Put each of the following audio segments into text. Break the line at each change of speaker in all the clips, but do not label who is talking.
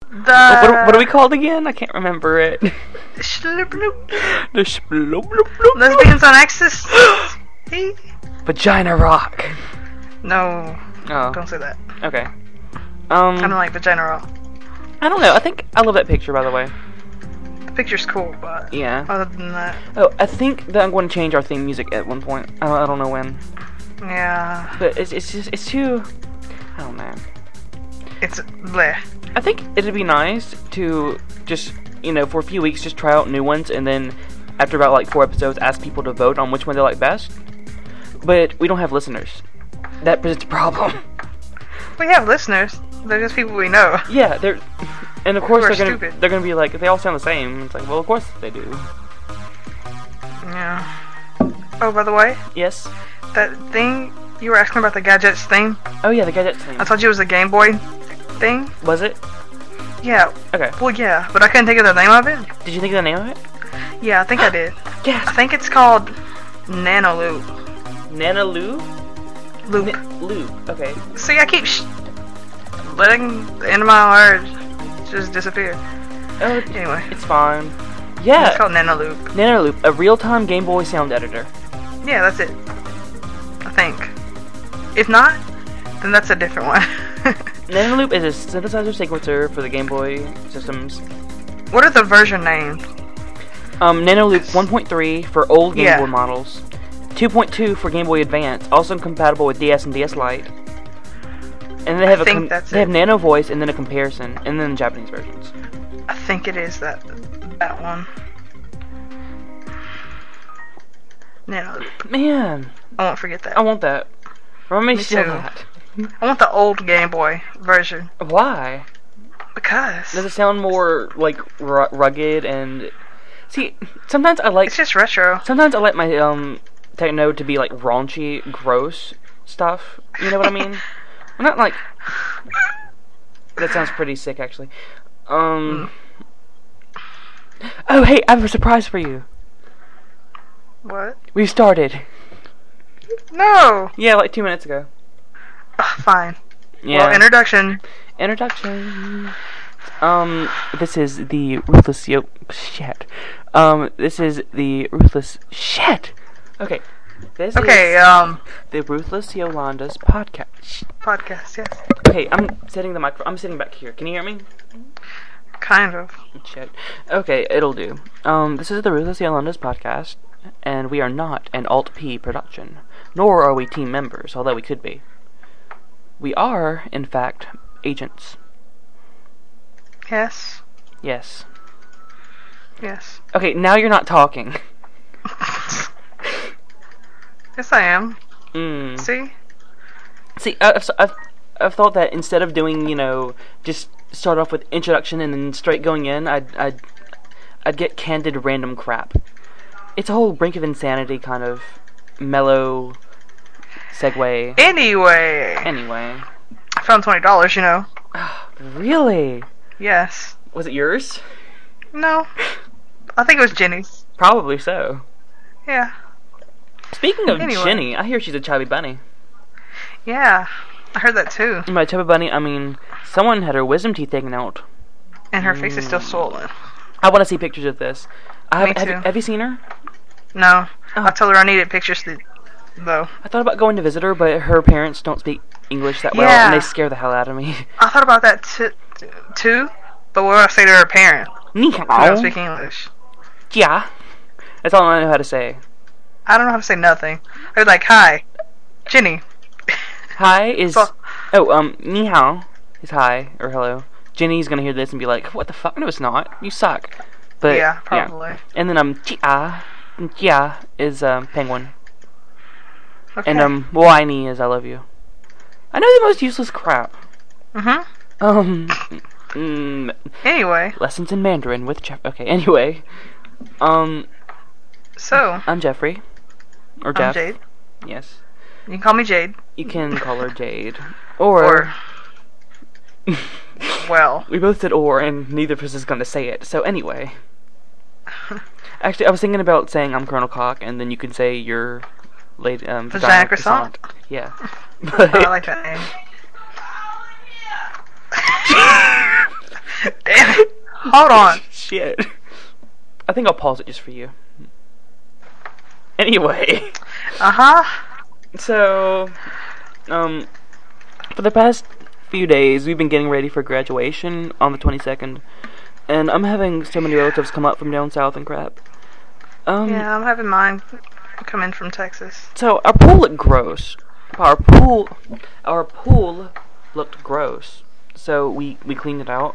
The
Oh, What, are- what are we called again? I can't remember it. The sh- bloop, bloop, bloop,
lesbians on Axis.
bloop. Vagina rock.
no,
Oh,
don't say that.
okay.
I don't
Um,
like vagina rock.
I don't know. I think I love that picture, by the way.
The picture's cool, but
Yeah.
other than that,
Oh, I think that I'm going to change our theme music at one point. I don't, I don't know when,
yeah,
but it's it's just it's too. I don't know.
it's bleh.
I think it'd be nice to just, you know, for a few weeks, just try out new ones, and then after about like four episodes, ask people to vote on which one they like best. But we don't have listeners. That presents a problem.
We have listeners. They're just people we know.
yeah, they're, and of course
Who are
they're gonna
stupid.
they're gonna be like they all sound the same. It's like, well, of course they do.
Yeah. Oh, by the way,
Yes.
that thing you were asking about the gadgets thing.
Oh yeah, the gadgets thing.
I told you it was a Game Boy thing.
Was it?
Yeah.
Okay.
Well, yeah, but I couldn't think of the name of it.
Did you think of the name of it?
Yeah, I think I did. I
Yes.
think it's called Nanaloop.
Nana Lou.
Loop.
N- Lou. Okay.
See, I keep sh- letting the end of my words just disappear.
Oh, it-
Anyway,
it's fine.
it's
Yeah.
called Nanaloop.
Nana Loop, a real-time Game Boy sound editor.
Yeah, that's it. I think. If not, then that's a different one.
Nanoloop is a synthesizer sequencer for the Game Boy systems.
what are the version names?
Um, Nanoloop 1.3 for old Game
Yeah.
Boy models, 2.2 for Game Boy Advance, also compatible with DS and DS Lite. And they have a
think
com-
that's
they
it.
have Nano Voice and then a comparison and then Japanese versions.
I think it is that that one. Nanaloop.
Man,
I won't forget that.
I want that. Remind me,
Me
still
too.
that.
I want the old Game Boy version
Why?
because
Does it sound more like ru- rugged and see? Sometimes I like
it's just retro.
sometimes I like my um techno to be like raunchy, gross stuff. You know what I mean? I'm not like that sounds pretty sick actually. Um Oh hey, I have a surprise for you.
What?
We started.
No.
Yeah, like two minutes ago.
Ugh, fine.
Yeah.
Well, introduction.
Introduction. Um, this is the ruthless yo shit. Um, this is the ruthless shit. Okay. This
Okay.
is
Um,
the ruthless Yolanda's podcast.
podcast. Yes.
Okay, I'm setting the micro. I'm sitting back here. Can you hear me?
Kind of.
Shit. Okay, it'll do. Um, this is the Ruthless Yolanda's podcast, and we are not an Alt P production, nor are we team members, although we could be. We are, in fact, agents.
Yes.
Yes.
Yes.
Okay, now you're not talking.
Yes, I am.
Mm.
See?
See, I- I've, I've, I've thought that instead of doing, you know, just start off with introduction and then straight going in, I'd, I'd, I'd get candid random crap. It's a whole brink of insanity kind of mellow segue.
Anyway,
Anyway,
I found twenty dollars. You know.
really,
Yes.
was it yours?
No. I think it was Jenny's.
Probably so.
Yeah.
Speaking of
Anyway.
Jenny, I hear she's a chubby bunny.
Yeah. I heard that too.
And by chubby bunny, I mean someone had her wisdom teeth taken out.
And her face is still
Mm.
swollen.
I want to see pictures of this. I
Me
have, have, you,
too.
have you seen her?
No.
Oh.
I told her I needed pictures th- though.
I thought about going to visit her, but her parents don't speak English that well, and
Yeah.
they scare the hell out of me.
I thought about that t- t- too. But what would I say to her parent?
Ni
I
hao.
don't speak English.
Yeah. That's all I know how to say.
I don't know how to say nothing. I was like, "Hi, Jenny."
Hi is.
So-
Oh, um, ni hao is hi, or hello. Jenny's gonna hear this and be like, what the fuck? No, it's not. You suck. But,
yeah, probably.
And then, um, chia. and Chia is, um, penguin.
Okay.
And, um, whiny is I love you. I know the most useless crap.
Mhm.
Um. mm,
Anyway,
lessons in Mandarin with Jeff. Okay, anyway. Um,
so
I'm Jeffrey. Or
I'm
Jeff.
Jade.
Yes.
You can call me Jade,
You can call her Jade. Or,
or well,
we both did or and neither of us is gonna say it. So anyway. Actually I was thinking about saying I'm Colonel Cock and then you can say you're lady um
Vagina
Vagina
Croissant.
Croissant. Yeah.
Oh, I like that name. Hold on.
Shit. I think I'll pause it just for you. Anyway,
Uh huh.
so um, for the past few days we've been getting ready for graduation on the 22nd, and I'm having so many relatives come up from down south and crap. Um,
Yeah, I'm having mine come in from Texas.
So our pool looked gross. Our pool, our pool looked gross. So we we cleaned it out.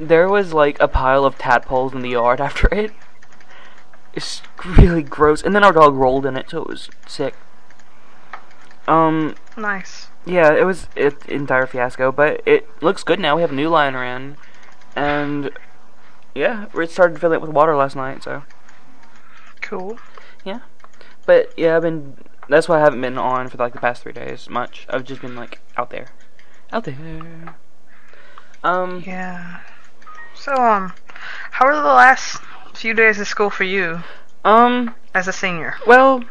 There was like a pile of tadpoles in the yard after it. It's really gross. And then our dog rolled in it, so it was sick. Um,
Nice.
yeah, it was an entire fiasco, but it looks good now. We have a new line around, and yeah, we started filling it with water last night, so.
Cool.
But yeah, I've been. That's why I haven't been on for like the past three days much. I've just been like out there, out there. Um,
Yeah. So, um, how were the last few days of school for you
um.
as a senior?
Well,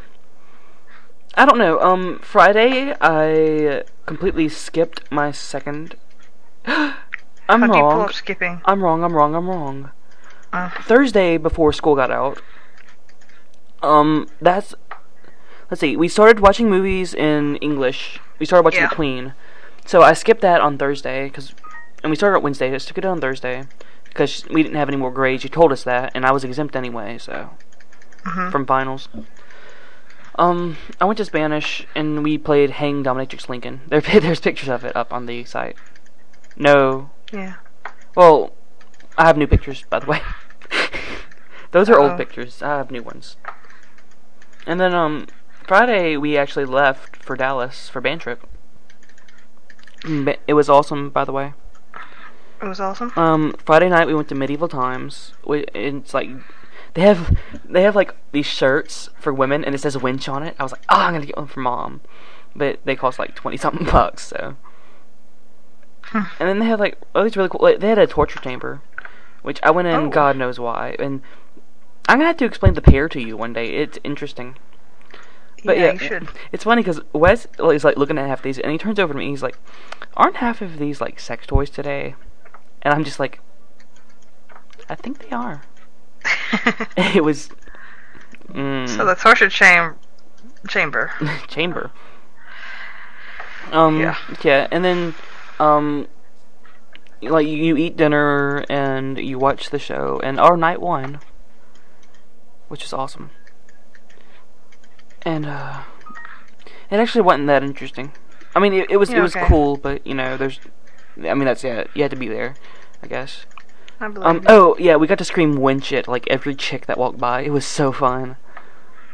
I don't know. Um, Friday I completely skipped my second. I'm
How do you pull
wrong.
up skipping?
I'm wrong. I'm wrong. I'm wrong.
Uh,
Thursday before school got out. Um, that's let's see. We started watching movies in English. We started watching
Yeah.
The Queen, so I skipped that on Thursday because, and we started on Wednesday. Just took it on Thursday because we didn't have any more grades. You told us that, and I was exempt anyway, so
mhm.
from finals. Um, I went to Spanish and we played Hang Dominatrix Lincoln. There, there's pictures of it up on the site. No,
Yeah.
well, I have new pictures, by the way. Those are
Uh-oh.
old pictures. I have new ones. And then um Friday we actually left for Dallas for band trip. Mm, ba- It was awesome, by the way.
It was awesome.
Um, Friday night we went to Medieval Times. We, and it's like they have they have like these shirts for women, and it says winch on it. I was like, oh, I'm gonna get one for mom, but they cost like twenty something bucks. So,
Hmm.
and then they had like all these really cool. Like, they had a torture chamber, which I went in.
Oh.
God knows why. And I'm gonna have to explain the pair to you one day. It's interesting. But
yeah,
yeah,
you should.
It's funny because Wes is like looking at half these, and he turns over to me. He's like, "Aren't half of these like sex toys today?" And I'm just like, "I think they are." It was. Mm,
so the torture cham- chamber.
chamber. Um.
Yeah.
Yeah. and then, um, like you eat dinner and you watch the show, and our night one, which is awesome. And uh, it actually wasn't that interesting. I mean, it, it was
Yeah,
it was
okay.
cool, but you know, there's, I mean, that's yeah, you had to be there, I guess.
I believe.
Um. Oh yeah, we got to scream winch it like every chick that walked by. It was so fun.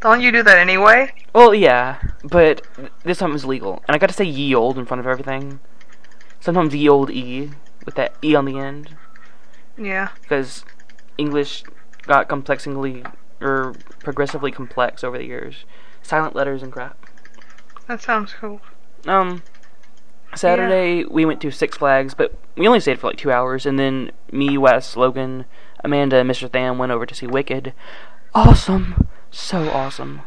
Don't you do that anyway?
Well, yeah, but th- this time it was legal, and I got to say ye old in front of everything. Sometimes ye old e with that e on the end,
Yeah.
because English got complexingly or progressively complex over the years. Silent letters and crap.
That sounds cool.
Um, Saturday we went to Six Flags, but we only stayed for like two hours, and then me, Wes, Logan, Amanda, and Mr. Tham went over to see Wicked. Awesome, so awesome.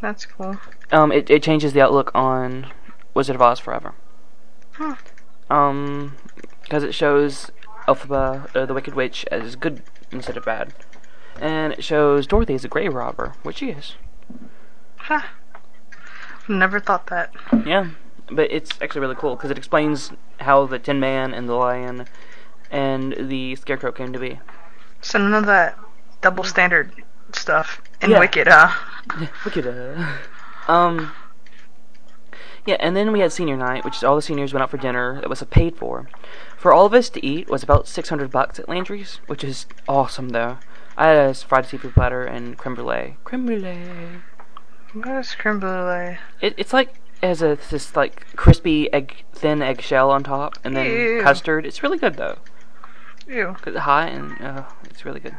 That's cool.
Um, it, it changes the outlook on Wizard of Oz forever.
Huh.
Um, because it shows Elphaba, uh, the Wicked Witch, as good instead of bad, and it shows Dorothy as a grave robber, which she is.
Huh. Never thought that.
Yeah, but it's actually really cool because it explains how the Tin Man and the Lion and the Scarecrow came to be.
So none of that double standard stuff in
Yeah.
Wicked, huh?
Wicked. uh, Um. Yeah, and then we had senior night, which is all the seniors went out for dinner. That was paid for. For all of us to eat was about six hundred bucks at Landry's, which is awesome though. I had a fried seafood platter and creme brulee. Creme brulee.
What is creme brulee?
It, it's like it has a this like crispy egg thin eggshell on top, and then
Ew.
custard. It's really good though.
Ew.
Cause it's hot and uh, it's really good.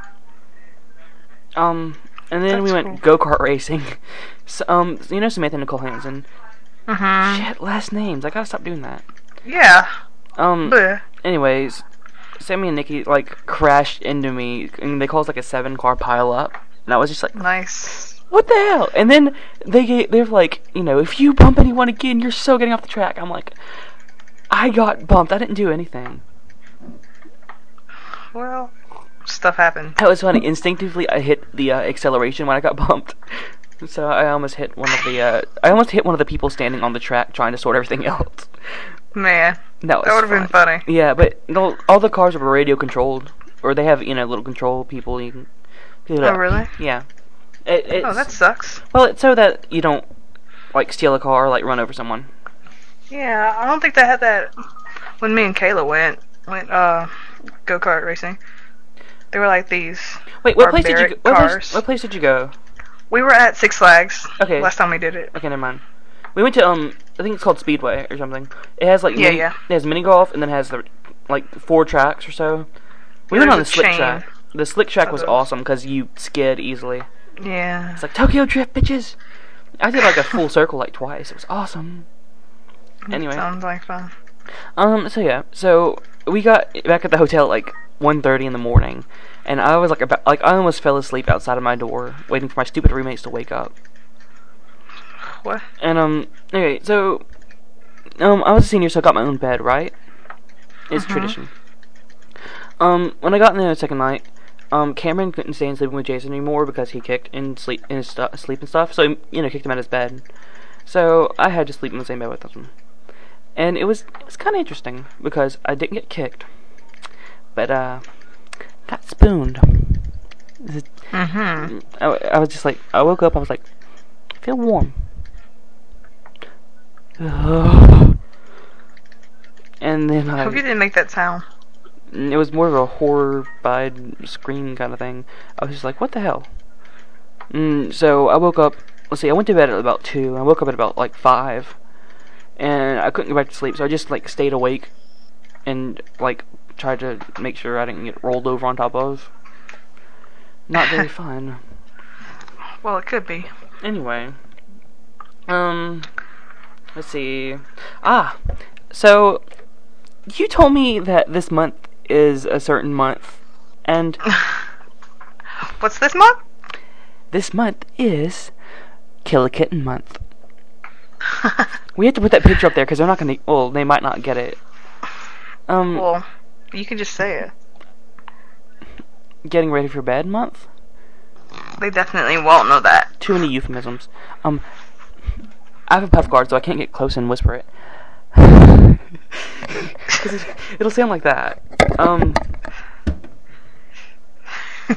Um, and then we
That's
went go kart racing. so, um, you know Samantha Nicole Hansen.
Mm-hmm.
Shit, last names. I gotta stop doing that.
Yeah.
Um.
Bleh.
Anyways, Sammy and Nikki like crashed into me, and they caused like a seven-car pileup. And I was just like,
Nice.
"What the hell?" And then they ga- they're like, you know, if you bump anyone again, you're so getting off the track. I'm like, I got bumped. I didn't do anything.
well, stuff happened.
That was funny. Instinctively, I hit the uh, acceleration when I got bumped, so I almost hit one of the uh, I almost hit one of the people standing on the track trying to sort everything out.
Man,
That was
that would have been funny.
Yeah, but the, all the cars were radio controlled, or they have you know little control people. You can, people
Oh,
that-
really?
Yeah. It, it's,
Oh, that sucks.
well, it's so that you don't like steal a car, or, like run over someone.
Yeah, I don't think they had that when me and Kayla went went uh go kart racing. They were like these.
Wait, what place did you?
Barbaric
Go, what,
cars.
place, what place did you go?
We were at Six Flags
Okay.
last time we did it.
Okay, never mind. We went to um, I think it's called Speedway or something. It has like
Yeah,
mini,
yeah.
It has mini golf and then has the like four tracks or so. We went
There's
on
a
the slick
chain
track. The slick track
of
was
those.
awesome because you skid easily.
Yeah,
It's like Tokyo Drift, bitches. I did like a full circle like twice. It was awesome. Anyway,
sounds like fun.
um, so yeah, so we got back at the hotel at like 1.30 in the morning, and I was like about like I almost fell asleep outside of my door waiting for my stupid roommates to wake up.
What?
And um, okay, so um, I was a senior, so I got my own bed, right? It's tradition. Um, when I got in there the second night, um, Cameron couldn't stay in sleeping with Jason anymore because he kicked and sleep and his stu- sleep and stuff. So you know, kicked him out of his bed. So I had to sleep in the same bed with him, and it was it was kind of interesting because I didn't get kicked, but uh, got spooned.
Mm-hmm.
I, I was just like, I woke up, I was like, I feel warm. and then I,
Hope you didn't make that sound.
it was more of a horrified scream kind of thing. I was just like, what the hell? Mm, so I woke up, let's see, I went to bed at about 2, and I woke up at about like 5, and I couldn't go back to sleep, so I just like stayed awake and like tried to make sure I didn't get rolled over on top of. Not very fun.
Well, it could be.
Anyway, um, let's see. Ah, so you told me that this month is a certain month, and
What's this month?
this month is Kill a Kitten month. we have to put that picture up there because they're not gonna. Well, they might not get it. Um,
Well, you can just say it.
getting ready for bed month.
They definitely won't know that.
Too many euphemisms. Um, I have a puff guard, so I can't get close and whisper it. 'Cause it, it'll sound like that. Um.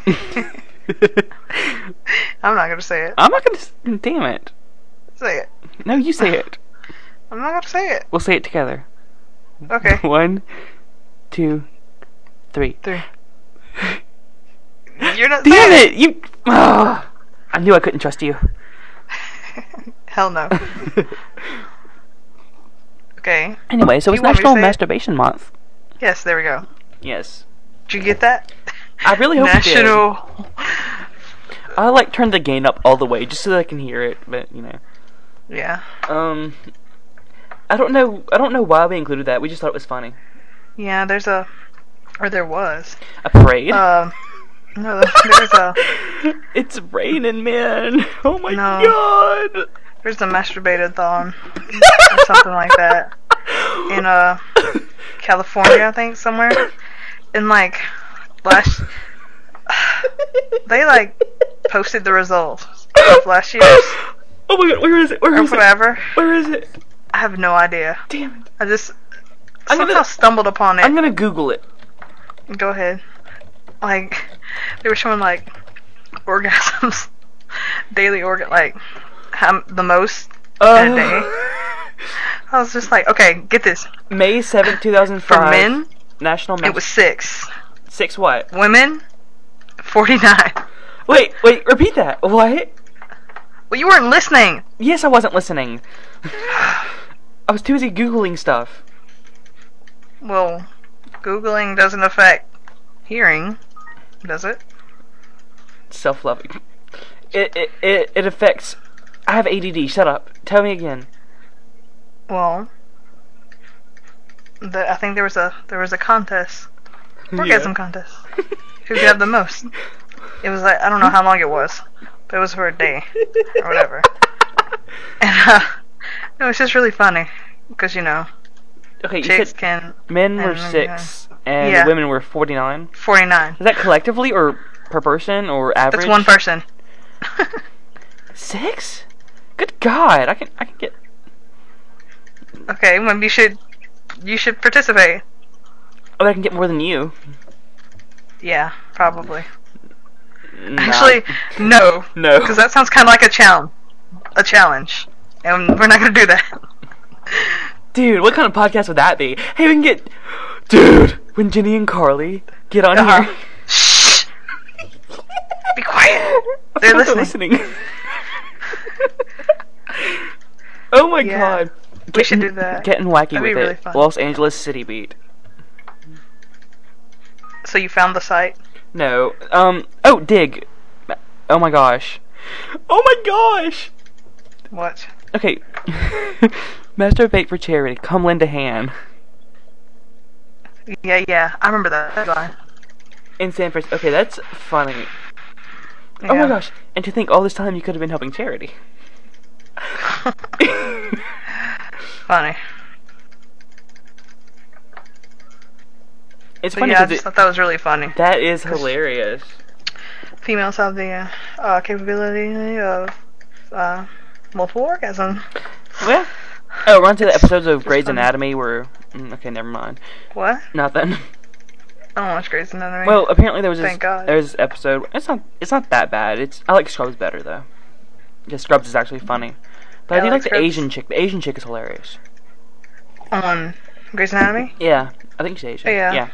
I'm not gonna say it.
I'm not gonna. s- Damn it.
Say it.
No, you say it.
I'm not gonna say it.
We'll say it together.
Okay.
One, two, three.
Three. You're not
Damn
saying
it! You. Ah! I knew I couldn't trust you.
Hell no. Okay.
anyway, so
You
it's
want me to
National
say it?
Masturbation Month.
Yes, there we go.
Yes.
Did you get that?
I really hope you
National.
did. I like turn the gain up all the way just so that I can hear it, but you know.
Yeah.
Um. I don't know. I don't know why we included that. We just thought it was funny.
Yeah. There's a, or there was.
A parade.
Um. No, there's a
it's raining, man. Oh my
No.
god.
there's a masturbated thon or something like that in uh California, I think somewhere. And like last, they like posted the results of last year's
Oh my god, where is it? Where
or
is it?
whatever.
Where is it?
I have no idea.
Damn it.
I just
I'm
somehow
gonna-
stumbled upon it.
I'm gonna Google it.
Go ahead. Like they were showing like orgasms, daily organ like how, the most.
Uh,
I was just like, okay, get this.
May seventh, two 2005.
For men,
National Mas-
it was six.
Six what?
Women, forty-nine.
Wait, wait, repeat that. What?
Well, you weren't listening.
Yes, I wasn't listening. I was too busy Googling stuff.
Well, googling doesn't affect hearing, does it?
Self loving. It, it, it, it affects. I have ADD. Shut up. Tell me again.
Well, the, I think there was a there was a contest, orgasm contest. Who could have the most? It was like I don't know how long it was, but it was for a day or whatever. And uh, no, it's just really funny because you know
Okay, you
chicks
said
can
men
I
were
don't know,
six and
uh, Yeah.
the women were 49.
49.
Is that collectively or per person or average?
That's one person.
Six? Good God! I can I can get
okay, maybe you should you should participate.
oh I can get more than you.
Yeah, probably.
Nah.
Actually, no,
no.
because that sounds kind of like a challenge. A challenge, and we're not gonna do that.
Dude, what kind of podcast would that be? Hey, we can get. Dude, when Jenny and Carly get on
Uh-huh.
here.
Shh. Be quiet. They're
They're
listening.
listening. oh my
Yeah.
god.
We should do that.
Getting wacky
That'd be
with
really
it.
fun.
Los Angeles City Beat.
So you found the site?
No. Um. Oh, dig. Oh my gosh. Oh my gosh.
What?
Okay. Masturbate for charity. Come lend a hand.
Yeah, yeah. I remember that headline.
In San Francisco. Okay, that's funny.
Yeah.
Oh my gosh. And to think all this time you could have been helping charity.
Funny.
It's
But
funny
yeah, I
because
just thought that was really funny.
that is hilarious.
Females have the uh, uh, capability of uh, multiple orgasm.
Well, oh, run to the episodes of Grey's
funny.
Anatomy where. mm, Okay, never mind.
What?
Nothing.
I don't watch Grey's Anatomy.
Well, apparently there was this,
Thank God.
there was this episode. It's not it's not that bad. It's I like Scrubs better though. Yeah, Scrubs is actually funny. But I,
I
do
like
like, the
Scrubs.
Asian chick. The Asian chick is hilarious.
on Grey's Anatomy.
Yeah, I think she's Asian.
Oh, Yeah.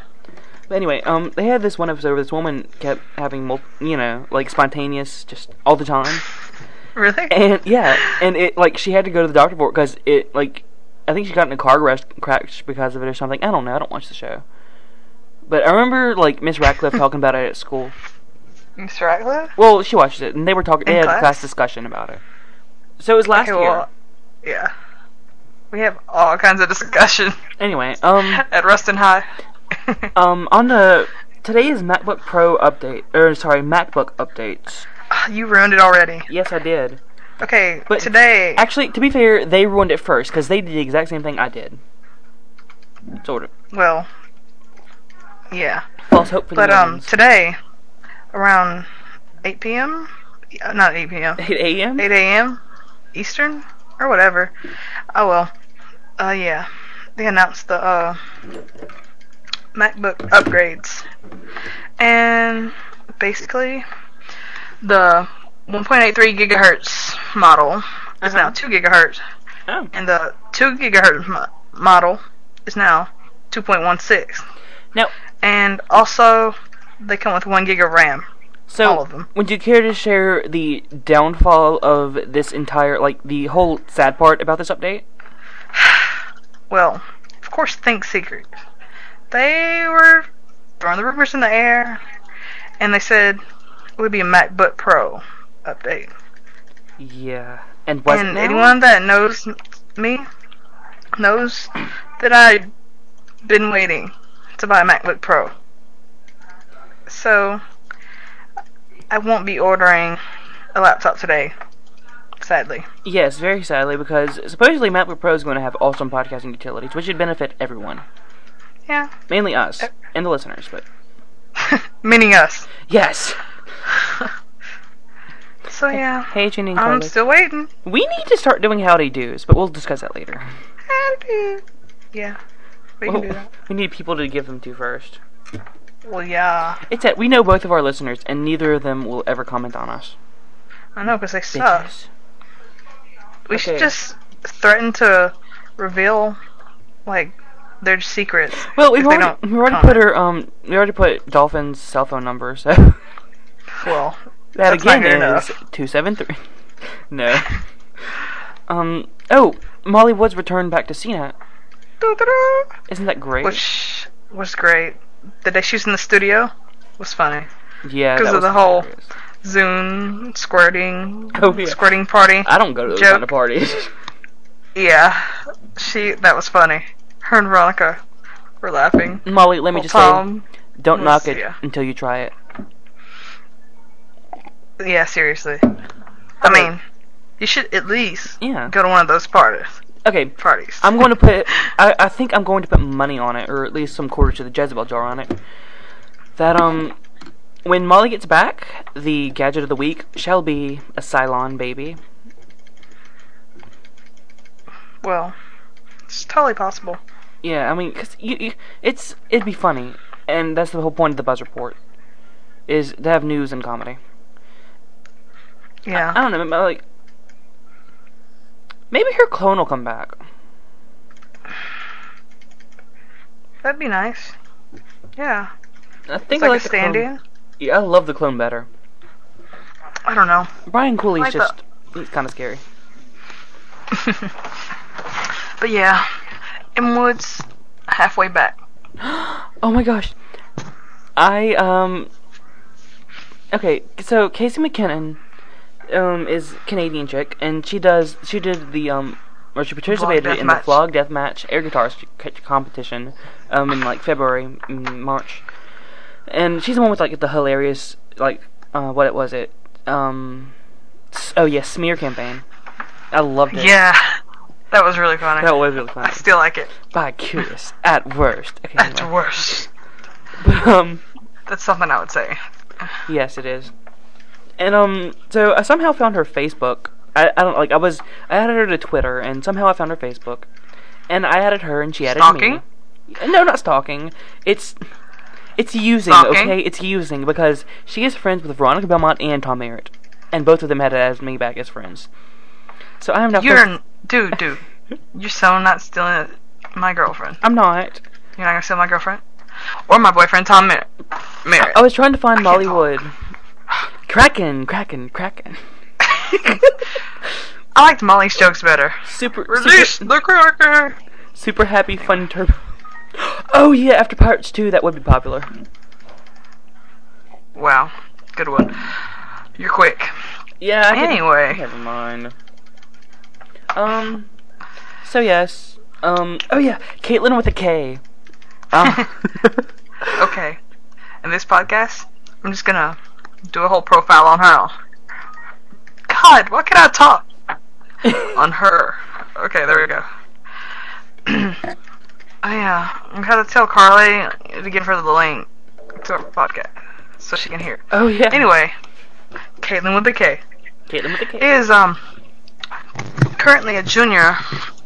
But anyway, um, they had this one episode where this woman kept having, mul- you know, like spontaneous, just all the time.
Really?
And yeah, and it like she had to go to the doctor for because it like I think she got in a car crash, crash because of it or something. I don't know. I don't watch the show, but I remember like Miss Ratcliffe talking about it at school.
Mr. Ratcliffe?
Well, she watches it, and they were talking. They
In
had a
class?
class discussion about it. So it was last
Okay,
year.
well, yeah. We have all kinds of discussion
Anyway, um,
at Rustin High.
um, on the today's MacBook Pro update, or sorry, MacBook updates.
you ruined it already.
Yes, I did.
Okay,
But-
today.
Actually, to be fair, they ruined it first because they did the exact same thing I did. Sort of
well, yeah.
false hope for
But
the
um,
Mormons.
today, around 8 p.m. uh, Not 8 p.m.
8 a.m.
8 a.m. Eastern or whatever. Oh well. Uh, yeah. They announced the uh, MacBook upgrades, and basically, the 1.83 gigahertz model is now 2 gigahertz,
Oh.
and the 2 gigahertz mo- model is now 2.16.
Now,
And also, they come with 1 gig of RAM.
so
All of them.
would you care to share the downfall of this entire, like, the whole sad part about this update?
Well, of course, Think Secret. They were throwing the rumors in the air, and they said it would be a MacBook Pro update.
Yeah. And wasn't
and
now?
anyone that knows me knows that I've been waiting to buy a MacBook Pro. So, I won't be ordering a laptop today, sadly.
Yes, very sadly, because supposedly MacBook Pro is going to have awesome podcasting utilities, which should benefit everyone,
Yeah,
mainly us
Uh,
and the listeners. But
meaning us.
yes,
So, yeah,
hey, Jenny and
I'm
Carly,
still waiting.
we need to start doing howdy doos, but we'll discuss that later.
Happy. Yeah. We
Oh.
can do that.
we need people to give them to first.
Well, yeah.
It's that we know both of our listeners, and neither of them will ever comment on us.
I know, because they suck.
Bitches.
We should
Okay.
just threaten to reveal, like, their secrets.
Well, we've
if they
already,
don't
we already put her um we already put Dolphin's cell phone number, so that
Well, That's not
again
good
is two seven three. No. um. Oh, Molly Woods returned back to CNET.
doo-doo-doo,
Isn't that great?
which was great. The day she was in the studio was funny.
yeah,
'cause
that
of
was
the whole-
hilarious.
Zoom, squirting,
Oh, yeah.
squirting party.
I don't go to those kind
joke.
of parties.
yeah. She, that was funny. Her and Veronica were laughing.
Molly, let me
Well,
just
Tom,
say, don't
was-
knock it
yeah.
until you try it.
Yeah, seriously. I mean, you should at least
Yeah.
go to one of those parties.
okay,
parties.
I'm going to put. I, I think I'm going to put money on it, or at least some quarters to the Jezebel jar on it. That um, when Molly gets back, the gadget of the week shall be a Cylon baby.
well, it's totally possible.
Yeah, I mean, 'cause you, you, it's it'd be funny, and that's the whole point of the Buzz Report, is to have news and comedy.
Yeah.
I don't know, but, like maybe her clone will come back.
That'd be nice. Yeah.
I
It's
think I
like a
like the clone.
stand-in.
Yeah, I love the clone better.
I don't know.
Brian Cooley's
Like the-
just he's kind of scary.
But yeah, Inwood's halfway back.
Oh my gosh. I um Okay, so Casey McKinnon um is Canadian chick and she does she did the um or she participated
death
in
match.
the vlog death match air guitar s- c- competition um in like February mm, March. And she's the one with like the hilarious like uh what it was it um s- oh yeah, smear campaign. I loved it.
Yeah, that was really funny.
That was really fun.
I still like it.
By curious at worst. Okay.
That's
anyway.
worse.
um
That's something I would say.
Yes, it is. And um, so I somehow found her Facebook. I, I don't like. I was I added her to Twitter, and somehow I found her Facebook, and I added her, and she added
Stalking?
me. No, not stalking. It's it's using.
Stalking?
Okay, it's using because she is friends with Veronica Belmont and Tom Merritt, and both of them had added me back as friends. So I am not.
You're, n- dude, dude. You're so not stealing my girlfriend.
I'm not.
You're not gonna steal my girlfriend or my boyfriend Tom Merritt. Merritt.
I was trying to find
can't
Molly
talk.
Wood. Kraken, Kraken, Kraken.
I liked Molly's jokes better.
Super.
Release
super,
the cracker.
Super Happy Fun Turbo. Oh yeah, after Pirates 2, that would be popular.
Wow, good one. You're quick.
Yeah. I could-
Anyway,
never mind. Um. So yes. Um. Oh yeah, Caitlin with a K. Um,
okay. In this podcast, I'm just gonna do a whole profile on her. God, why can I talk on her? Okay, there we go. oh yeah, I'm gonna tell Carly to give her the link to our podcast so she can hear.
oh yeah.
Anyway, Caitlin with the K.
Caitlin with a K.
is um currently a junior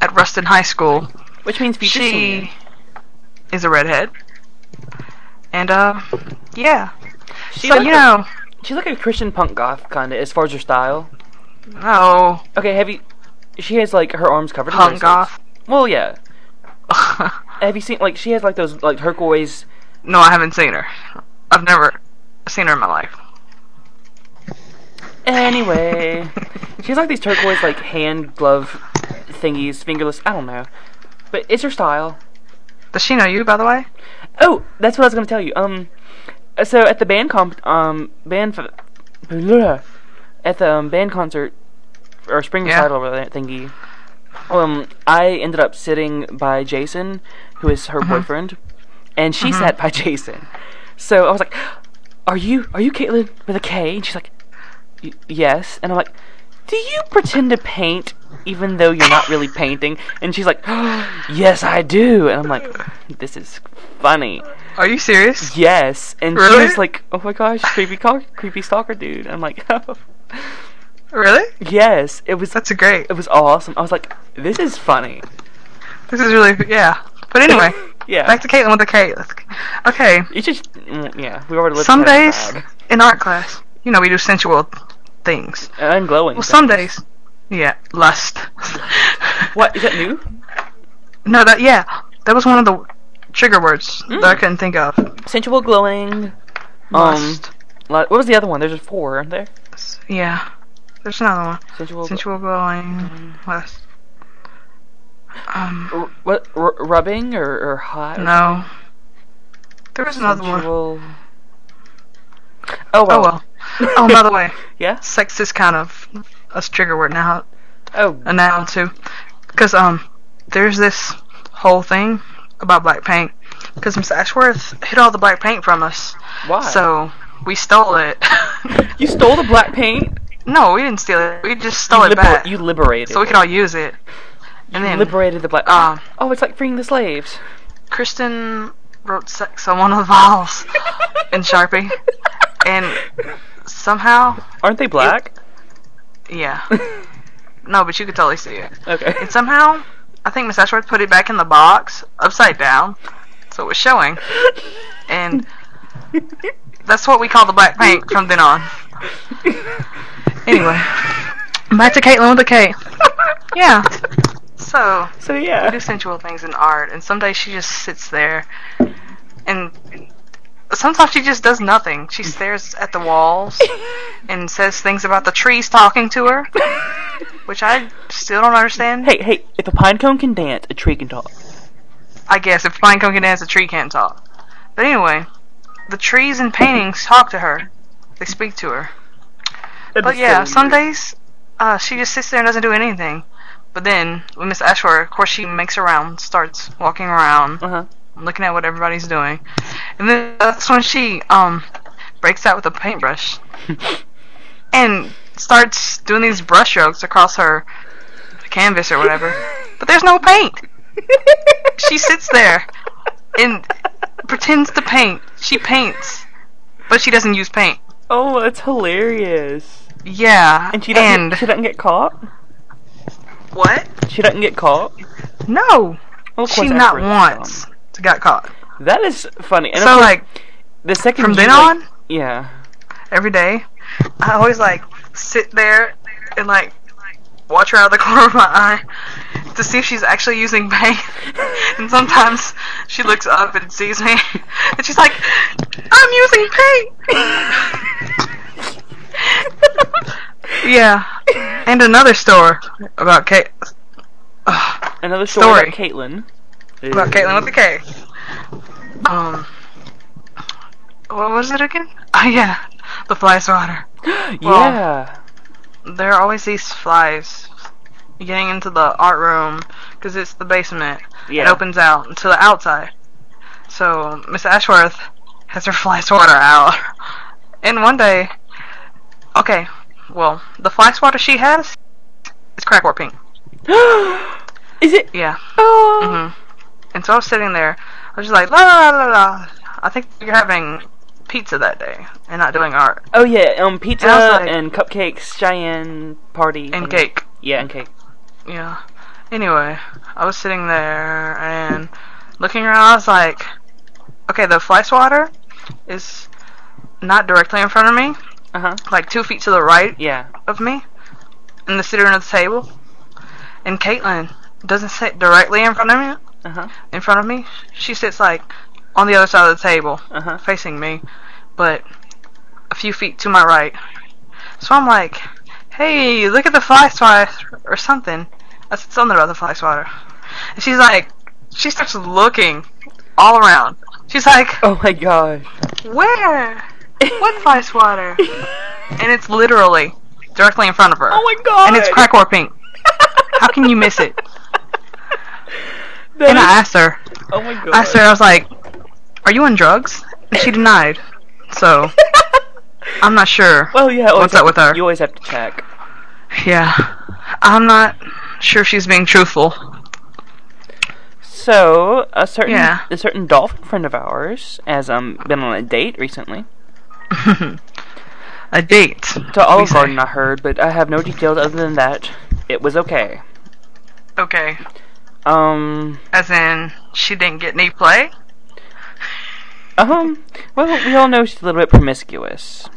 at Ruston High School.
Which means future senior.
She is a redhead, and uh, yeah.
She's
so
like
you
a-
know,
she's like a Christian punk goth kinda as far as her style.
no
Okay, have you? She has like her arms covered.
oh,
in
punk
bracelets.
goth.
Well, yeah. Have you seen like she has like those like Hercules?
no, I haven't seen her. I've never seen her in my life.
Anyway, she has like these turquoise like hand glove thingies, fingerless. I don't know, but it's her style.
Does she know you, by the way?
Oh, that's what I was gonna tell you. Um, so at the band comp, um, band, f- blah. at the um, band concert or spring
Yeah.
recital or that thingy, um, I ended up sitting by Jason, who is her boyfriend, and she sat by Jason. So I was like, "Are you are you Caitlin with a K?" And she's like, "Y- "Yes," and I'm like. Do you pretend to paint even though you're not really painting? And she's like, "Yes, I do." And I'm like, "This is funny."
Are you serious?
Yes, and she
Really?
was like, "Oh my gosh, creepy, co- creepy stalker dude." I'm like, "Oh."
Really?
"Yes, it was,
That's great.
it was awesome." I was like, "This is funny."
This is really yeah. But anyway,
Yeah,
back to Caitlin with the K. Let's- Okay.
you should. mm, Yeah, we already looked
Some
at that
days
bag.
in art class, you know, we do sensual things.
and glowing.
Well, some days. Yeah, lust.
What is that new?
No, that yeah, that was one of the trigger words that I
Mm.
couldn't think of.
Um, Sensual glowing.
Lust.
Um, li- what was the other one? There's just four, aren't there?
yeah, there's another one.
Sensual. gl-
Sensual glowing. Lust. Um,
r- what? R- rubbing or, or hot? or
no. There was another one.
sensual... Oh well.
Oh well. Oh, by the way,
Yeah.
sex is kind of a trigger word now,
Oh.
a noun too, because um, there's this whole thing about black paint, because Miss Ashworth hid all the black paint from us.
Why?
So we stole it.
you stole the black paint.
no, we didn't steal it. We just stole
you
it
liber-
back,
You liberated.
so we
it.
could all use it. And then
liberated the black.
Ah.
oh, it's like freeing the slaves.
Kristen wrote sex on one of the vials in Sharpie, and somehow,
Aren't they black?
yeah, no, but you could totally see it.
okay.
And somehow, I think Miss Ashworth put it back in the box upside down, so it was showing, and that's what we call the black paint from then on. Anyway, back to Caitlin with a K. Yeah. So
So
do
yeah.
sensual things in art, and sometimes she just sits there, and sometimes she just does nothing. She stares at the walls and says things about the trees talking to her, which I still don't understand.
Hey, hey! If a pine cone can dance, a tree can talk.
I guess if pine cone can dance, a tree can't talk. But anyway, the trees and paintings talk to her. They speak to her.
That
But
is
Oh, yeah,
so
some
weird.
days uh, she just sits there and doesn't do anything. But then, with Miss Ashworth, of course, she makes her round, starts walking around,
Uh-huh.
looking at what everybody's doing, and then that's when she um breaks out with a paintbrush and starts doing these brush strokes across her canvas or whatever. But there's no paint. She sits there and pretends to paint. She paints, but she doesn't use paint.
Oh, that's hilarious.
Yeah,
And she doesn't. she doesn't get caught.
what?
She doesn't get caught.
No,
Well, of
she
course
not
Ashford got
once got caught.
caught. That is funny. And of
so
course,
like
the second
from
you,
then
like-
on,
Yeah.
every day. I always like sit there and like watch her out of the corner of my eye to see if she's actually using paint. and sometimes she looks up and sees me, and she's like, "I'm using paint." yeah. And another store about Kate. Ugh,
Another
Story.
story, about Caitlin.
about Caitlin with the K. Um. What was it again? Oh yeah, the fly swatter.
Yeah.
there are always these flies getting into the art room because it's the basement.
yeah.
It opens out to the outside. So Miss Ashworth has her fly swatter out. And one day, okay, well, the fly swatter she has is crackwort pink.
Is it?
Yeah.
Oh.
hmm And so I was sitting there. I was just like, la la la la. I think you're having pizza that day and not doing art
Oh yeah. Um, pizza
And I was like-
and cupcakes, Cheyenne party,
and
thing.
cake.
Yeah, and cake.
Yeah. Anyway, I was sitting there and looking around. I was like, okay, the fly swatter is not directly in front of me,
Uh huh.
like two feet to the right
Yeah.
of me, in the center of the table. And Caitlin doesn't sit directly in front of me.
Uh huh.
In front of me, she sits like on the other side of the table,
Uh huh.
facing me, but a few feet to my right. So I'm like, hey, look at the fly swatter or something. I said something about the fly swatter. And she's like, she starts looking all around. She's like,
Oh my god.
where? What fly swatter? and it's literally directly in front of her.
Oh my god.
and it's crack or pink. How can you miss it?
That
And I
is-
asked her,
oh my god.
I asked her, I was like, are you on drugs? And she denied. So, I'm not sure.
Well, yeah. always
What's up
have
with
to-
her?
You always have to check.
Yeah. I'm not sure if she's being truthful.
So a certain
Yeah.
a certain dolphin friend of ours has um been on a date recently
a date.
to
We
Olive
say.
Garden. I heard, but I have no details other than that it was okay.
Okay.
Um.
As in, she didn't get any play?
Um. Well, we all know she's a little bit promiscuous.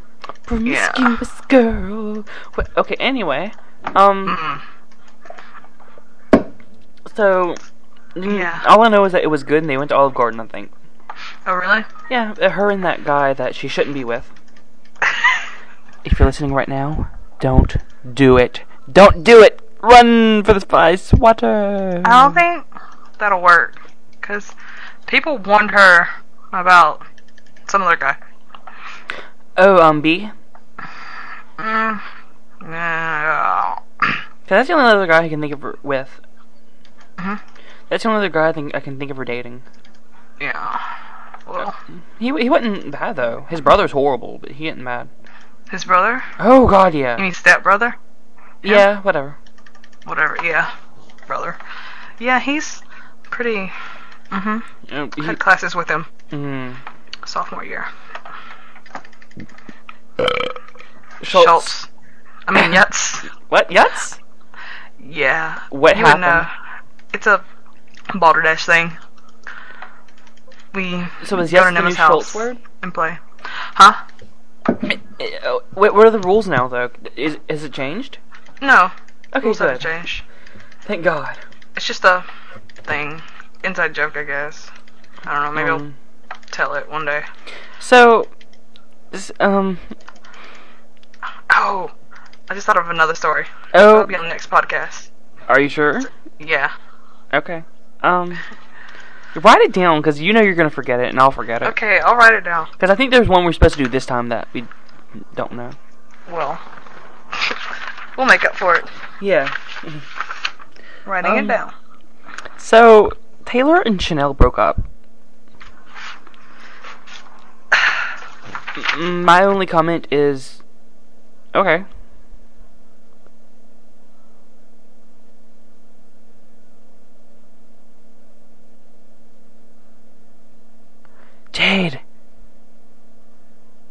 Promiscuous girl. Wh- Okay. Anyway. Um.
Mm.
So. mm,
Yeah.
All I know is that it was good, and they went to Olive Garden. I think.
Oh, really?
Yeah, uh, her and that guy that she shouldn't be with. if you're listening right now, don't do it. Don't do it. Run for the fly swatter.
I don't think that'll work. Because people warned her about some other guy.
Oh, um, B.
Mm. Yeah.
Cause that's the only other guy I can think of her with.
Mhm.
That's the only other guy I think I can think of her dating.
Yeah. Well,
He he wasn't bad though. His brother's horrible, but he isn't bad.
his brother?
Oh God,
You
yeah,
mean stepbrother?
yeah, whatever.
Whatever, yeah. brother. Yeah, he's pretty. hmm
Oh, he-
Had classes with him
mm.
sophomore year.
Schultz.
Schultz. I mean, Yutz.
What? Yutz?
Yeah.
What
You would know.
happened?
It's a balderdash thing. We
So is
go to
Yutz the new
Nemeth's house
Schultz word?
and play. Huh?
Eh, oh, Wait, what are the rules now, though? Is has it changed?
No.
Okay,
Rules
good.
haven't changed.
Thank God.
It's just a thing. Inside joke, I guess. I don't know. Maybe
Um,
I'll tell it one day.
so, s- um,
Oh, I just thought of another story.
oh,
That'll be on the next podcast.
are you sure?
Yeah.
Okay. Um, write it down because you know you're gonna forget it, and I'll forget it.
Okay, I'll write it down.
Because I think there's one we're supposed to do this time that we don't know.
Well, we'll make up for it.
Yeah.
Writing
Um,
it down.
So Taylor and Chanel broke up. M- My only comment is, okay. Jade.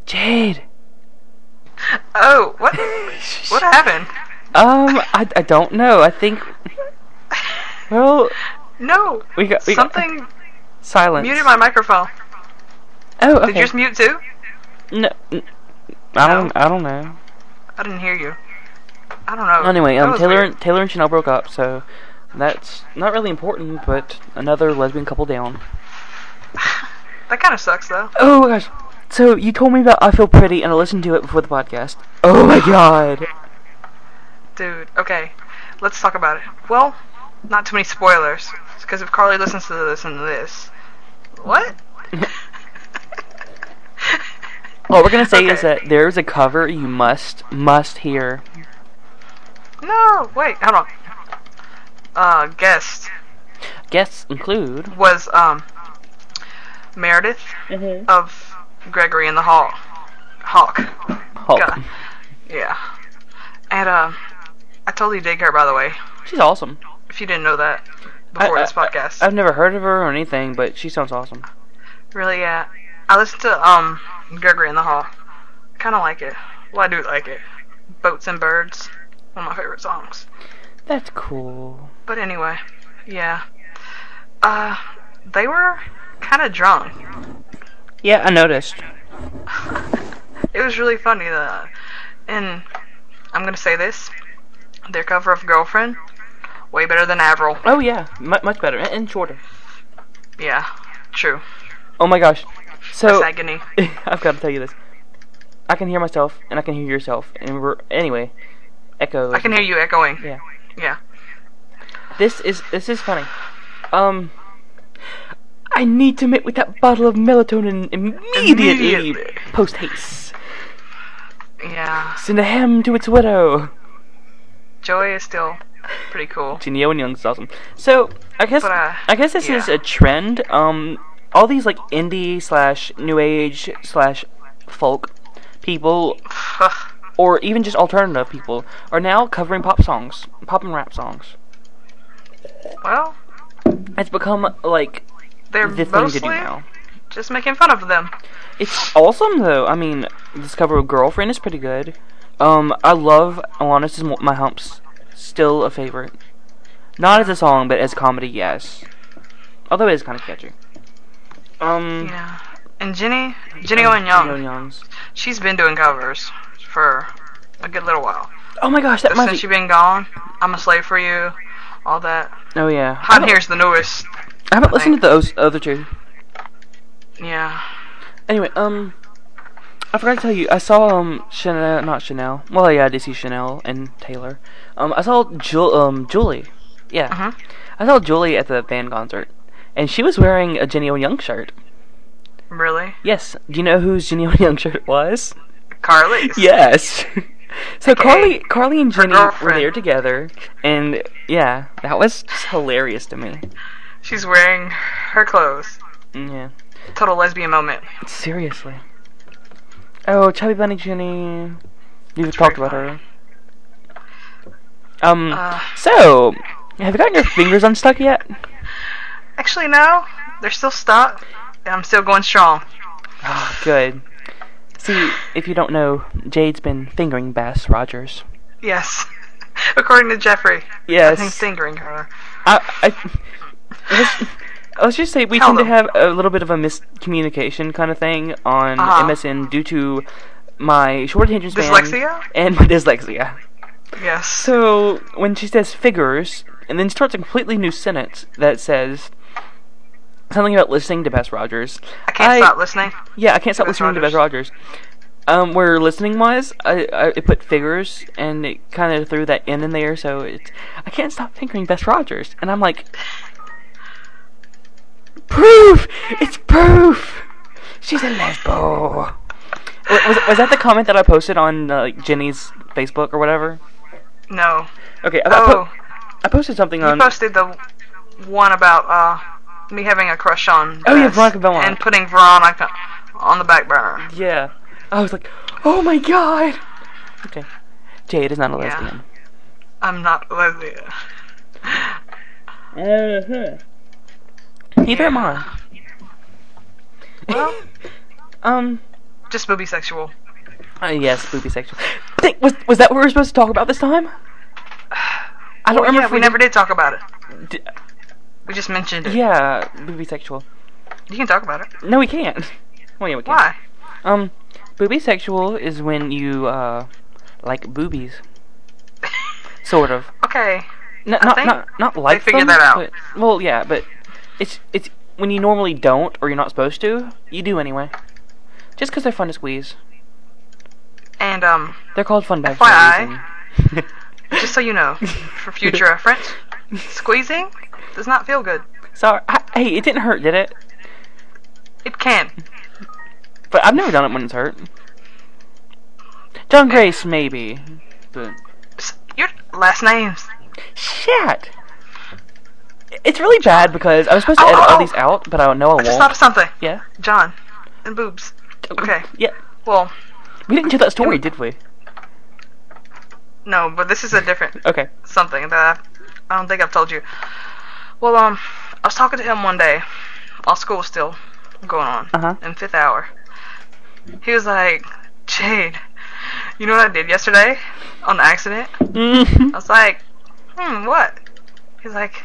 Jade.
Oh, what? what happened?
Um, I, I don't know. I think. Well,
No,
we got we got-
something
silence.
muted my microphone.
Oh, okay.
Did yours mute too?
No, n- I don't. I don't know.
I didn't hear you. I don't know.
Anyway,
That
um,
was
Taylor
weird.
and, Taylor and Chanel broke up, so that's not really important. But another lesbian couple down.
That kind of sucks though.
Oh my gosh! So you told me about "I Feel Pretty" and I listened to it before the podcast. Oh my god!
Dude, okay, let's talk about it. Well, not too many spoilers, because if Carly listens to this and this, what?
All we're gonna say is
Okay.
that there is a cover you must must hear.
No, wait, hold on. Uh, guest
Guests include.
was um Meredith
Mm-hmm.
of Gregory and the Hawk. Hawk.
Hulk.
God. Yeah. And um, I totally dig her by the way.
She's awesome.
If you didn't know that before
I-
this podcast,
I've never heard of her or anything, but she sounds awesome.
really, yeah. I listened to um Gregory in the Hall. Kind of like it. Well, I do like it. Boats and Birds, one of my favorite songs.
That's cool.
But anyway, yeah. Uh, they were kind of drunk.
Yeah, I noticed.
It was really funny though. And I'm gonna say this: their cover of Girlfriend, way better than Avril.
Oh yeah, mu much better and, and shorter.
Yeah, true.
Oh my gosh. So
That's agony.
I've got to tell you this. I can hear myself and I can hear yourself, and we're anyway. Echo.
I can hear you echoing.
Yeah.
Yeah.
This is this is funny. Um. I need to meet with that bottle of melatonin immediately.
Immediately.
Post haste.
Yeah.
Send a ham to its widow.
Joey is still pretty cool.
Neo and Young's awesome. So I guess
But, uh,
I guess this
yeah.
is a trend. Um, all these like indie slash new age slash folk people, or even just alternative people, are now covering pop songs, pop and rap songs.
well,
It's become like
they're
the thing to
mostly
do now.
just making fun of them.
It's awesome though. I mean, this cover of Girlfriend is pretty good. Um, I love Alanis is my humps. Still a favorite. Not as a song, but as comedy, yes. Although it is kind of catchy. Um,
Yeah. And Jenny, Jenny Owen Young,
Young's.
she's been doing covers for a good little while.
Oh my gosh, that might
Since
be.
you've been gone, I'm a slave for you, all that.
Oh yeah. I
Hot
haven't,
Here's the newest.
I haven't listened
think.
to those other two.
Yeah.
Anyway, um, I forgot to tell you. I saw um Chanel, not Chanel. Well, yeah, I did see Chanel and Taylor. Um, I saw Jul- um Julie. Yeah,
Mhm.
I saw Julie at the band concert, and she was wearing a Jenny O Young shirt.
Really?
Yes, do you know whose Jenny O Young shirt it was?
Carly's.
Yes. so Carly, Carly and Jenny were
girlfriend.
there together, and yeah, that was hilarious to me. Mm,
She's wearing her clothes.
Yeah.
Total lesbian moment.
Seriously. Oh, Chubby Bunny Jenny. You've talked about her. Um,
Uh,
so, Have you gotten your fingers unstuck yet?
Actually, no. They're still stuck. and I'm still going strong.
Oh, good. See, if you don't know, Jade's been fingering Bass Rogers.
Yes. According to Jeffrey.
Yes.
He's fingering her.
I, I, let's, let's just say we
Tell
tend to
them.
have a little bit of a miscommunication kind of thing on
Uh-huh.
MSN due to my short attention span
Dyslexia?
and my dyslexia.
Yes.
So when she says figures and then starts a completely new sentence that says something about listening to Bess Rogers,
I can't
I-
stop listening.
yeah, I can't stop
Bess
listening to Bess Rogers. Um, where listening was, I, I it put figures and it kind of threw that N in there, so it's I can't stop fingering Bess Rogers, and I'm like, proof, it's proof. She's a lesbo. Wa- Was, was that the comment that I posted on uh, like Jenny's Facebook or whatever?
No.
Okay, I, I, po- um,
Oh,
I posted something
you
on.
posted the one about uh, me having a crush on.
Oh, yeah,
Bess
Veronica Belmont.
And putting Veronica on the back burner.
yeah, I was like, oh my god. Okay, Jade is not a
Yeah.
lesbian.
I'm not lesbian.
Neither am I.
Uh-huh. Well,
Um.
just booby sexual.
Uh, yes, booby sexual. Think, was was that what we were supposed to talk about this time? I don't remember
Yeah,
if
we never did talk about it.
did-
We just mentioned it.
Yeah, booby sexual.
You can talk about it.
No, we can't. Well, yeah, we can.
Why?
Um, booby sexual is when you uh like boobies, sort of.
Okay.
N-
I
not
think
not not like
figured
them,
that out.
but- well, yeah, but it's it's when you normally don't or you're not supposed to, you do anyway. Just 'cause they're fun to squeeze.
And um,
They're called fun bags.
FYI.
For a reason.
just so you know, for future reference, squeezing does not feel good.
Sorry. I, hey, it didn't hurt, did it?
It can.
But I've never done it when it's hurt. John Grace, maybe. But
S- Your last names.
shit, it's really bad because I was supposed to
Oh,
edit
oh,
all
oh.
these out, but I know I
I just
won't.
thought of something.
yeah.
John and boobs. Okay.
Yeah.
Well,
We didn't do that story, did we?
no, but this is a different
Okay.
something that I, I don't think I've told you. Well, um, I was talking to him one day while school was still going on
Uh-huh.
in fifth hour. He was like, Jade, you know what I did yesterday on accident?
Mm-hmm.
I was like, hmm, what? He's like,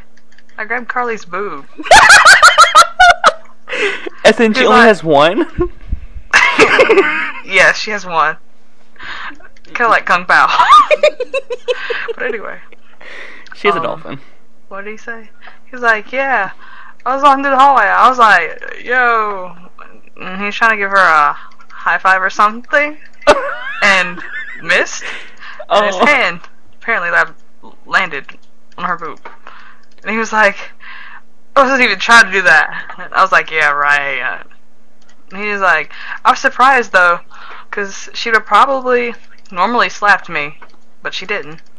I grabbed Carly's boob.
As in, she
He's
only
like-
has one.
yeah, she has one. Kind of like Kung Pao. but anyway,
She has a
Um,
dolphin.
what did he say? He was like, yeah. I was walking through the hallway. I was like, yo. And he was trying to give her a high five or something and missed.
oh.
And his hand apparently lab- landed on her boob. And he was like, I wasn't even trying to do that. And I was like, yeah, right. yeah." And he was like, I was surprised though, because she'd have probably normally slapped me, but she didn't.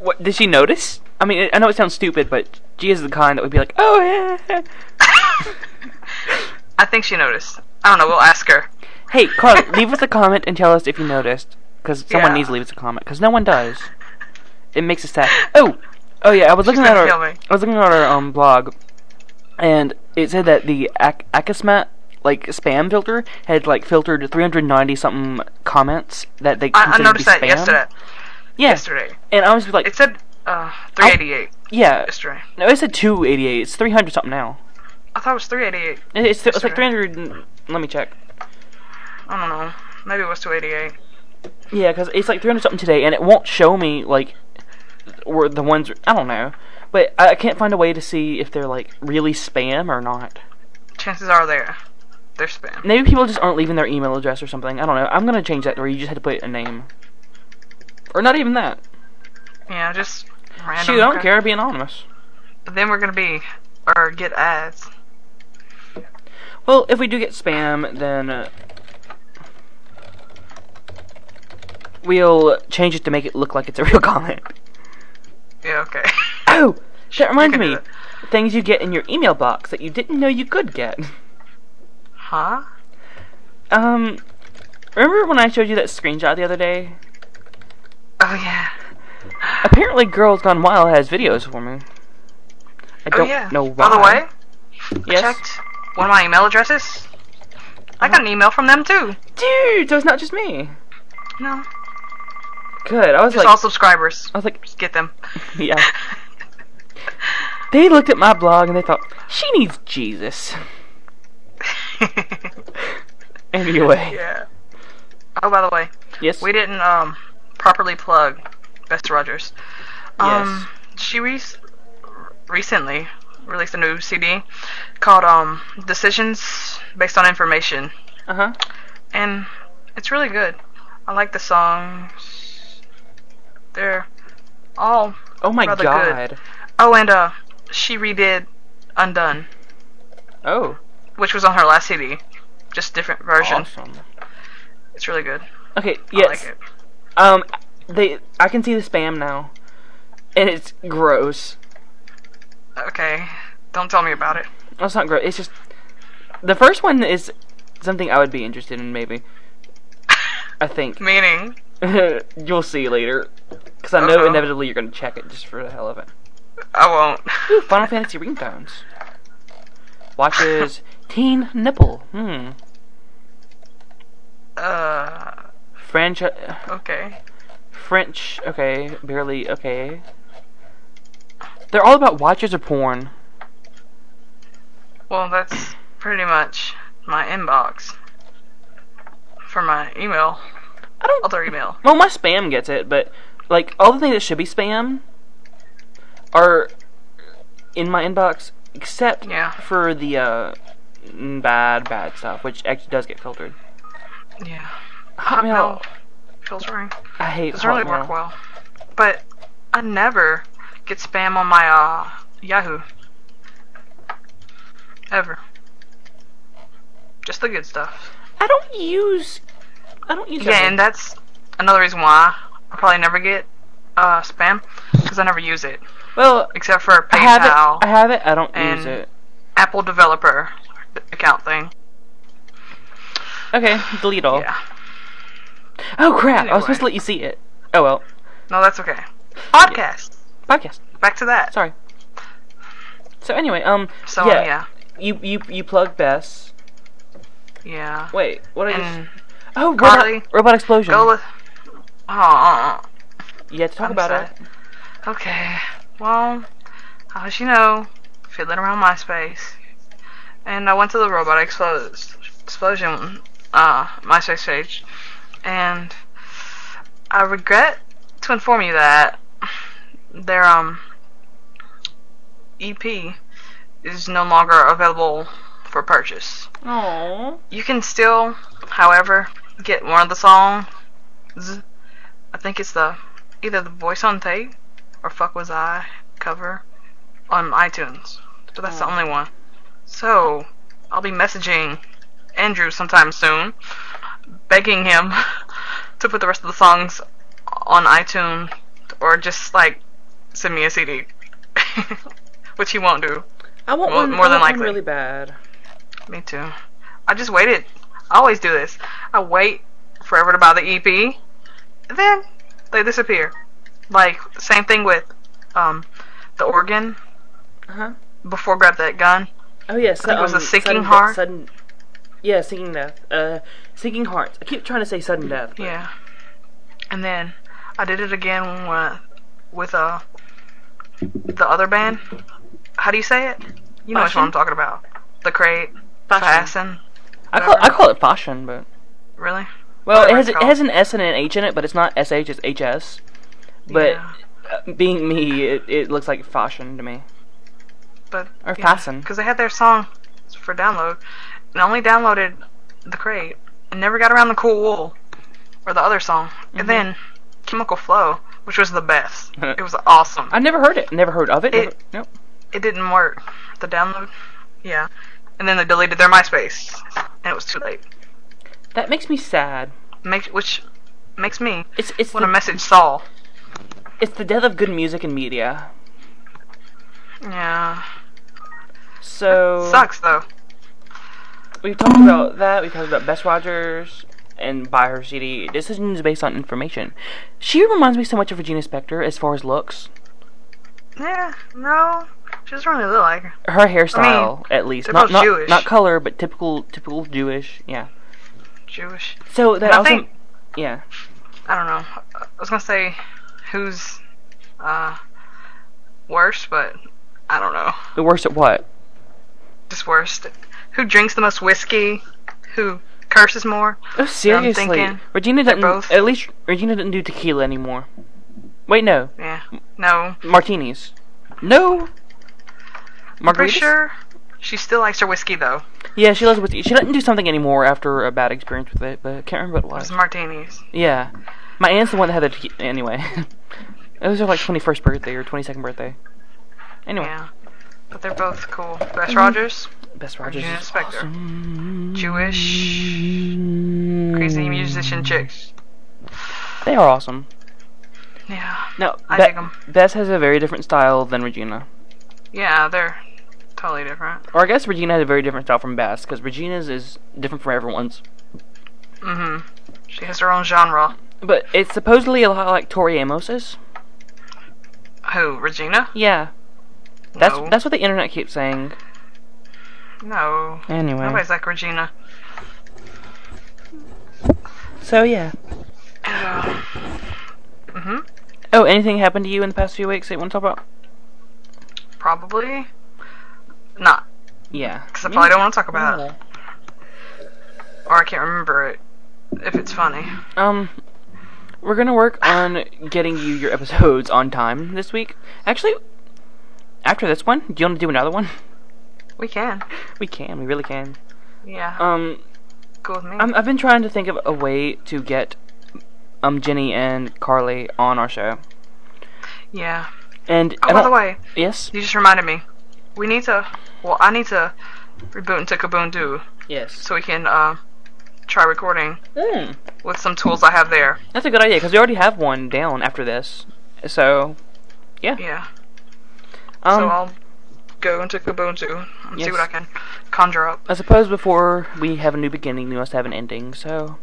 What, did she notice? I mean, I know it sounds stupid, but she is the kind that would be like, "Oh yeah."
I think she noticed. I don't know, we'll ask her.
Hey, Carly, leave us a comment and tell us if you noticed, because someone
Yeah.
needs to leave us a comment, because no one does. It makes us sad. Oh, oh yeah, I was looking at
gonna
our,
kill me.
I was looking at our um blog, and it said that the Ak- Akismet like spam filter had like filtered 390 something comments that
I,
they
I
considered to be
noticed that
spam.
yesterday.
Yeah,
Yesterday.
and I was like,
It said uh, 388
yeah,
yesterday.
no, it said 288. It's 300 something now.
I thought it was 388.
It- It's, it's like
Yesterday.
300. and- Let me check.
I don't know. Maybe it was 288.
Yeah, because it's like 300 something today, and it won't show me, like, or the ones. I don't know. But I I can't find a way to see if they're, like, really spam or not.
Chances are they're, they're spam.
Maybe people just aren't leaving their email address or something. I don't know. I'm going to change that to where you just had to put a name. Or not even that.
Yeah, just random.
Shoot, I don't
crap.
care. Be anonymous.
Then we're gonna be or get ads.
Well, if we do get spam, then. Uh, we'll change it to make it look like it's a real comment.
Yeah, okay.
Oh! That reminds
can do
me.
that.
Things you get in your email box that you didn't know you could get.
Huh?
Um, remember when I showed you that screenshot the other day?
Oh yeah.
Apparently, Girls Gone Wild has videos for me. I
Oh
don't
yeah.
know why.
By the way,
yes.
I checked one of my email addresses. I got an email from them too.
dude, so it's not just me.
No,
Good. I was
it's
like,
all subscribers.
I was like,
Just get them.
yeah. They looked at my blog and they thought she needs Jesus. Oh. Anyway,
yeah. Oh, by the way,
yes,
we didn't um properly plug Best Rogers. Um, She re- recently released a new CD called um Decisions Based on Information,
uh huh.
and it's really good. I like the songs. They're all
Oh my
Rather
God.
good. Oh, and uh, she redid Undone,
Oh,
which was on her last CD, just different version.
awesome.
It's really good.
Okay,
I like
yes.
it.
Um, they. I can see the spam now, and it's gross.
Okay, don't tell me about it.
No, it's not gross. It's just the first one is something I would be interested in. Maybe I think
Meaning,
you'll see later, because I know
Uh-huh.
inevitably you're gonna check it just for the hell of it.
I won't.
Ooh, Final Fantasy ringtones, watches, teen nipple, hmm,
Uh,
French,
okay.
French. Okay, barely. Okay, they're all about watches or porn.
Well, that's pretty much my inbox for my email,
I don't
other email.
Well, my spam gets it, but like all the things that should be spam are in my inbox, except
Yeah.
for the uh, mm, bad, bad stuff, which actually does get filtered.
Yeah.
Hotmail,
filtering
I hate
doesn't really
Hotmail.
work well, but I never get spam on my uh Yahoo. Ever. Just the good stuff.
I don't use, I don't use.
Yeah, and
that-
that's another reason why I probably never get uh, spam because I never use it
well,
except for
I have it. I
PayPal,
have it. I don't
and-
use it.
Apple developer account thing.
Okay, delete all.
Yeah,
Oh crap! I was supposed to
Anyway.
let you see it. Oh well,
no, that's okay. Podcast.
podcast.
Back to that.
Sorry. So anyway, um,
So
yeah,
yeah,
you you you plug Bess.
yeah.
Wait, what did I just
And
Oh, robot,
Mm. Carly,
robot explosion.
go. Li- oh,
you have to talk
I'm
about
sorry.
it.
okay. Well, I'll let you know. Fiddling around MySpace, and I went to the robot explos- explosion uh, MySpace page, and I regret to inform you that their um EP is no longer available for purchase.
Aww.
You can still, however, get one of the songs. I think it's the either the voice on tape or "Fuck Was I" cover on iTunes, but that's the only one. So I'll be messaging Andrew sometime soon, begging him to put the rest of the songs on iTunes or just like send me a CD, which he won't do.
I want
Well,
one
more
I
than
want one
likely.
really bad.
Me too. I just waited. I always do this. I wait forever to buy the EP, and then they disappear. Like same thing with um the organ
Huh?
before grab that gun.
Oh yes.
think it was
um,
a sinking
sudden de-
heart.
sudden. Yeah, sinking death. Uh, sinking hearts. I keep trying to say sudden death. but-
Yeah. And then I did it again with with uh the other band. How do you say it? You know which one I'm
Fashion?
talking about. The crate,
Fashion.
Fasten.
I call I call it fashion, but
Really?
well, it
Whatever it's
has it
called.
has an S and an H in it, but it's not S H. It's H S. But
Yeah.
uh, being me, it, it looks like fashion to me.
but
Or Fasten.
because they had their song for download and I only downloaded the crate and never got around the cool wool or the other song and then chemical flow which was the best it was awesome
I never heard it. Never heard of it.
It-
never- nope.
it didn't work the download yeah and then they deleted their myspace and it was too late
That makes me sad.
Make, which makes me
It's it's
want to
the,
message saul
it's the death of good music and media.
yeah
So
sucks though
We've talked about that. We talked about Best Rogers and buy her CD. Decisions based on information. She reminds me so much of Regina Spektor as far as looks.
Yeah, no, she doesn't really look like her.
Her hairstyle, at least,
they're
not
both
not,
Jewish.
not color, but typical typical Jewish. Yeah.
Jewish.
So that
I
also,
think-
yeah.
I don't know. I was gonna say who's uh worse, but I don't know.
The worst at what?
Just worst. Who drinks the most whiskey? Who curses more?
Oh, seriously,
thinking
Regina doesn't.
both.
At least Regina doesn't do tequila anymore. Wait, no,
Yeah. No.
martinis. No. Margaritas.
Pretty sure she still likes her whiskey though.
Yeah, she loves whiskey. She doesn't do something anymore after a bad experience with it, but I can't remember what it was.
It's martinis.
Yeah, my aunt's the one that had the tequi- anyway. it was her like twenty first birthday or twenty second birthday. Anyway,
Yeah. But they're both cool.
Mm-hmm.
Wes Rogers,
Best Rogers
Regina
is
Spektor.
awesome.
Jewish
Mm-hmm.
crazy musician chicks.
They are awesome.
Yeah.
No,
I
Be-
dig 'em.
Bess has a very different style than Regina,
Yeah, they're totally different.
or I guess Regina has a very different style from Bess because Regina's is different from everyone's.
Mhm. She has her own genre.
But it's supposedly a lot like Tori Amos's.
Who? Regina?
Yeah, that's
no.
that's what the internet keeps saying.
no.
Anyway,
Nobody's like Regina.
so yeah.
hmm
Oh, anything happened to you in the past few weeks that you want to talk about?
Probably not,
Yeah.
because I probably don't want to talk about it, or I can't remember it if it's funny.
Um, we're gonna work on getting you your episodes on time this week. Actually, after this one, do you want to do another one?
We can.
We can. We really can.
Yeah.
Um,
cool with me.
I'm, I've been trying to think of a way to get um Jenny and Carly on our show.
yeah.
And
Oh,
I
by
don't-
the way,
yes,
you just reminded me. We need to. Well, I need to reboot into Kaboom
yes.
so we can uh, try recording
Mm,
with some tools I have there.
that's a good idea because we already have one down after this. So,
Yeah.
um,
so I'll go into Kubuntu and
Yes.
see what I can conjure up.
I suppose before we have a new beginning, we must have an ending. So,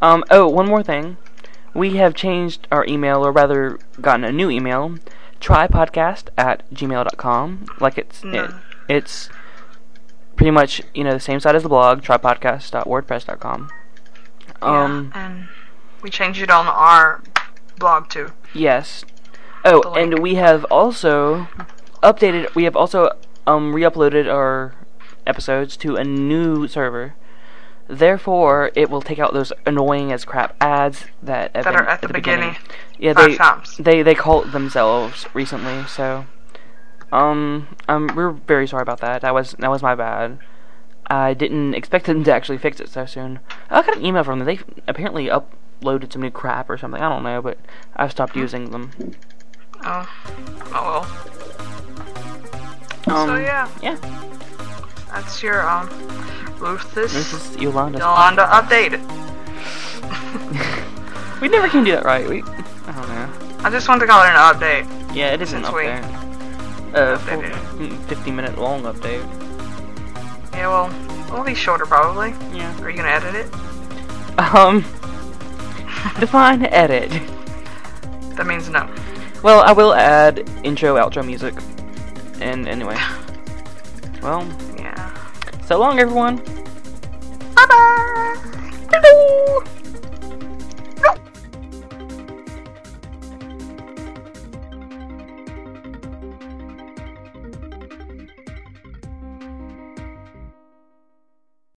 um, oh, one more thing. We have changed our email, or rather, gotten a new email. Trypodcast at gmail.com. Like it's it,
No.
it's pretty much you know the same site as the blog. Trypodcast.wordpress.com. Um.
yeah. And we changed it on our blog too.
Yes. Oh,
The
and
link.
we have also updated. We have also um re-uploaded our episodes to a new server. Therefore, it will take out those annoying as crap ads that have
That
been
are at the
Yeah,
Five
they
times.
they they call it themselves recently. So, um, um, we're very sorry about that. That was that was my bad. I didn't expect them to actually fix it so soon. I got an email from them. They apparently uploaded some new crap or something. I don't know, but I've stopped using them.
Oh, oh well.
Um,
so yeah,
yeah,
that's your um, Ruthless
this is Yolanda's.
Yolanda update.
We never can do that right. We, I don't know.
I just wanted to call it an update.
Yeah, it isn't
Since
up
we
there. Uh, full-
updated it.
mm, 50 minute long update.
Yeah, well, it'll be shorter probably.
Yeah.
Are you gonna edit it?
Um, define edit.
That means no.
Well, I will add intro, outro music. And anyway. Well,
Yeah.
so long, everyone.
Bye bye.